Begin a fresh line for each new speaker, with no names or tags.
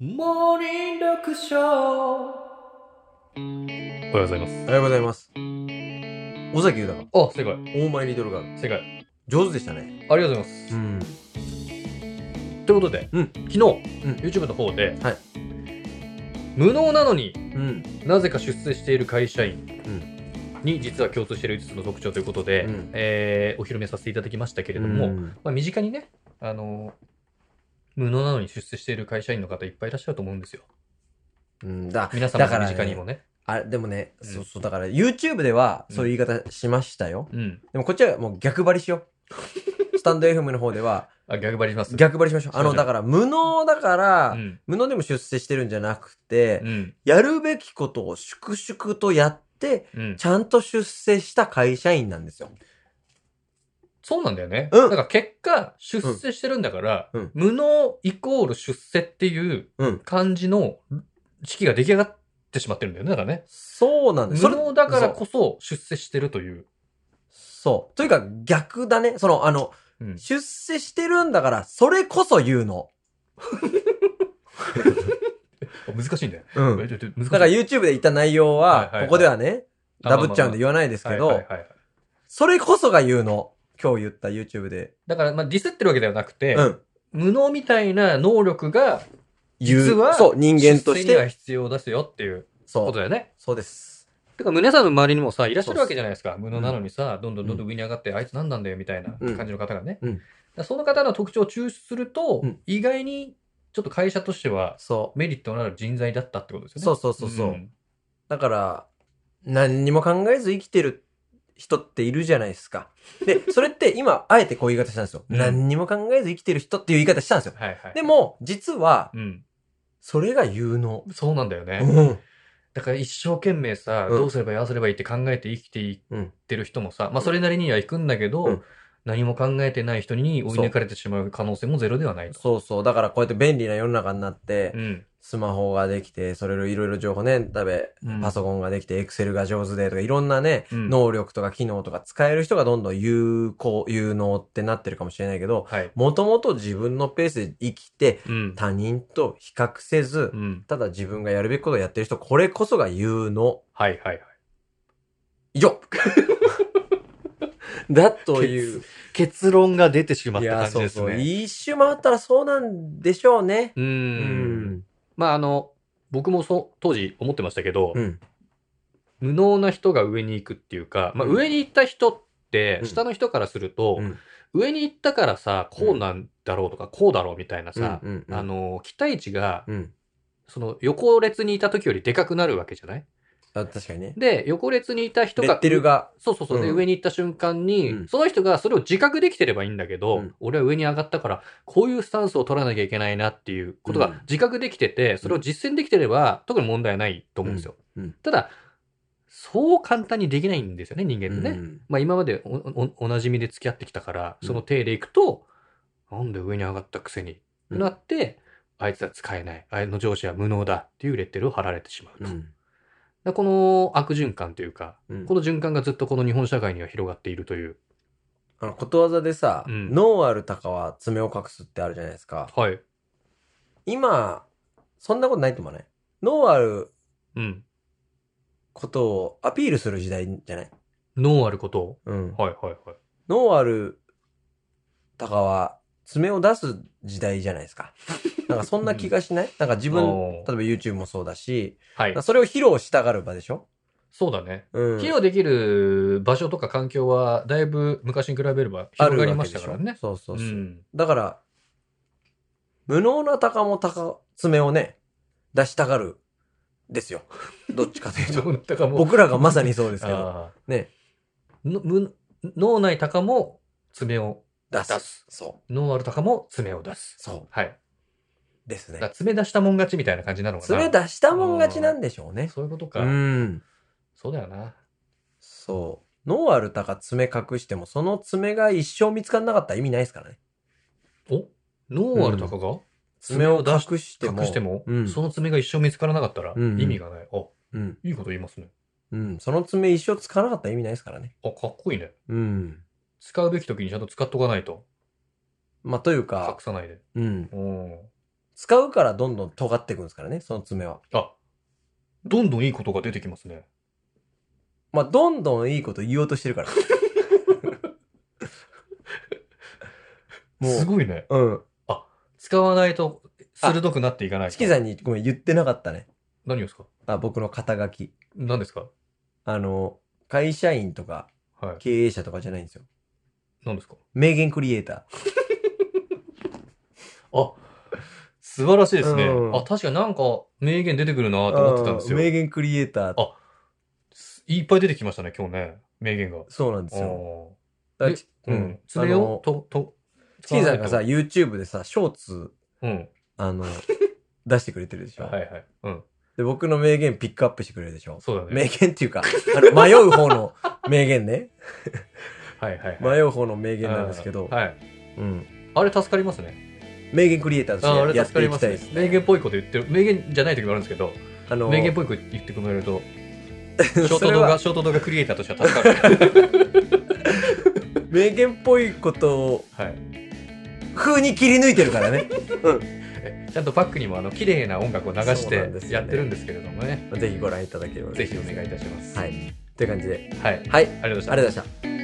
モーニング読書
おはようございます。
おはようございます。尾崎豊、
あ、正解。
大前リトルガール。
正解。
上手でしたね。
ありがとうございます。
ん。
ということで、
うん
昨日、YouTube の方で、
はい
無能なのに
うん。
なぜか出世している会社員
うん。
に実は共通している5つの特徴ということで、
うん
えーお披露目させていただきましたけれども、
うん
まあ、身近にね、あの無能なのに出世している会社員の方いっぱいいらっしゃると思うんですよ。
うん、だ、
皆さん
だ
の
から
身
ね
近にもね。
あれ、でもね、
うん
そうそう、だから YouTube では
うん
そういう言い方しましたよ。
うん。
でもこっちはもう逆張りしよ う。スタンド FM の方では
あ、逆張りします。
逆張りしましょう。あ
しましょ
の、
う
だから無能だから、
うん。
無能でも出世してるんじゃなくて、
うん。
やるべきことを粛々とやって、
うん。
ちゃんと出世した会社員なんですよ。
そうなんだよね。
うん
だから結果、出世してるんだから、
うん
無能イコール出世っていう
うん。
感じの式が出来上がってしまってるんだよね。だからね。
そうなんで
無
す。それ
能だからこそ出世してるという。
そう。というか逆だね。その、あの、
うん、
出世してるんだから、それこそ言うの。
あ難しいんだよ。
う
え
ん。
ちょっと難しい
だから YouTube で言った内容
はい
は
はいは、い
ここではね、
あまあ
ダ
まあ
ブっちゃうんで言わないですけ
はいは
ど
い、はいはい
それこそが言うの。今日言った YouTube で。
だから、まあ、ディスってるわけではなくて、
うん。
無能みたいな能力が
言う
実は
そう、人間と
出
し
世には
て。
必要ですよっていう
そ
ことだ
う。
よね。
そうです。
てか、皆さんの周りにもさ、いらっしゃるわけじゃないですか。無能なのにさ、どんどんどんどん上に上がって、あいつ何なんだよみたいな
うん
感じの方がね。
うん
だからその方の特徴を抽出すると、
うん
意外にちょっと会社としては
そう。
メリットのある人材だったってことですよね。
そうそうそうそう。
ん
だから、何にも考えず生きてる人っているじゃないですか。で、それって今、あえてこういう言い方したんですよ。
うん
何にも考えず生きてる人っていう言い方したんですよ。
はいはい。
でも、実は、
うん。
それが有能。
そうなんだよね。
うん。
だから一生懸命さ、
うん
どうすればいいああすればいいって考えて生きてい
うん
ってる人もさ、まあそれなりには行くんだけど、
うん
何も考えてない人に追い抜かれてしまう可能性もゼロではないと。
そうそう。だからこうやって便利な世の中になって、
うん。
スマホができて、それいろいろ情報ね、食べ、
うん
パソコンができて、エクセルが上手でとか、いろんなね、
うん
能力とか機能とか使える人がどんどん有効、有能ってなってるかもしれないけど、
はい。
もともと自分のペースで生きて、
うん。
他人と比較せず、
うん。
ただ自分がやるべきことをやってる人、これこそが有能。
はいはいはい。
以上 だという。
結論が出てしまっ
い
た
や、
感じ
そう
です
そう。
ね。
一周回ったらそうなんでしょうね。
うー。。
うん
まああの、僕もそう、当時思ってましたけど、
うん。
無能な人が上に行くっていうか、まあ
うん
上に行った人って、
うん
下の人からすると、
うん
上に行ったからさ、こうなんだろうとか、こうだろうみたいなさ、
うんうんうん
あの、期待値が、
うん。
その横列にいた時よりでかくなるわけじゃない
あ確かにね。
で、横列にいた人
レ
が、
ッテルが、
そうそうそう、で、
うん
上に行った瞬間に、
うん
その人がそれを自覚できてればいいんだけど、
うん
俺は上に上がったから、こういうスタンスを取らなきゃいけないなっていうこと
うん
が自覚できてて、それを実践できてれば、特に問題はないと思うんですよ。
うんうん
ただ、そう簡単にできないんですよね、人間ってね。
うん
まあ今までお、お、お馴染みで付き合ってきたから、その体でいくと、なんで上に上がったくせに、
うん
なって、あいつは使えない。あいつの上司は無能だっていうレッテルを貼られてしまうと。だからこの悪循環というか、
うん
この循環がずっとこの日本社会には広がっているという。
あのことわざでさ、
うん
脳ある鷹は爪を隠すってあるじゃないですか。
はい。
今、そんなことないと思わない脳ある
うん。
ことをアピールする時代じゃない
脳あることを。
うん。
はいはいはい。
脳ある鷹は爪を出す時代じゃないで すか。なんかそんな気がしない、なんか自分、
お
例えば
ー
YouTube もそうだし、
はい。
それを披露したがる場でしょ
そうだね。
うん。
披露できる場所とか環境は、だいぶ昔に比べれば広がりましたから
あるわけで
ね
し。ょそうそうそう。
ん。
だから、無能な鷹も鷹、爪をね、出したがる、です よ。どっちかというと。
だからもう
僕らがまさにそうですけど、
あ
ね、
ーのむ脳内鷹も爪を
出す。
出す
そう。
脳ある鷹も爪を出す。
そ
はい。
う。です
だから
ね。
爪出したもん勝ちみたいな感じなのかな。
爪出したもん勝ちなんでしょうね。
そういうことか。
うん。
そうだよな。
そう。ノーアル鷹爪隠しても、その爪が一生見つからなかったら意味ないですからね。
お脳ある鷹が
爪を隠しても。
隠しても、
うん
その爪が一生見つからなかったら
うんうん
意味がない。あ、
うん。
いいこと言いますね。
うん。その爪一生使わなかったら意味ないですからね。
あ、かっこいいね。
うん。
使うべき時にちゃんと使っとかないと。
まあ、というか
隠、さないで。
うん。
うん。
使うからどんどん尖っていくんですからね、その爪は。
あ、どんどんいいことが出てきますね。
まあ、どんどんいいこと言おうとして るから。も
す
う、
ごいね。
うん。
使わないと鋭くなっていかない。
チキさんにごめん言ってなかったね。
何をですか
あ、僕の肩書き。
何ですか
あの、会社員とか
はい。
経営者とかじゃないんですよ。
何ですか
名言クリエイター。
あ、素晴らしいですね。
うん
あ、確かになんか名言出てくるなと思ってたんです
あ名
よ。
言クリエイター。
あいっぱい出てきましたね、今日ね。名言が。
そうなんですよ。
そ
だから
で
ち
う
うんん。。
それ
あ
を
の、
と、と、
チキさんが
使
さ、
わない
YouTube でさ、ショーツ、
と、うん。
あ の、出してくれてるでしょ。
はいはい。うん。
で、僕の名言ピックアップしてくれるでしょ。
そうだね。
名言っていうか、あの、迷う方の名言ね。
はいはいはい。
迷う方の名言なんですけ
う
ど、
はい。
うん。
あれ助かりますね。
名言クリエイターと
ああ
して
れ
やっ
助か
て
り
い
ま
き
す
たい
ね
です。
名言っぽいこと言ってる。名言じゃない時もあるんですけど、
あの、
名言っぽいこと言ってもらえると、ショー
そ
ト
れ
動画、
は
ショート動画クリエイターとしては助か る。
名言っぽいことを
はい。
風に切り抜いてるからね。
えちゃんとバックにもあの綺麗な音楽を流し
そうなんです
て
よね
やってるんですけれどもね。
ぜひご覧いただければ。
ぜひお願いいたします。
はい。という感じで、
はい。あり
はい。あり
がとうございました
がとうございまし
「
た。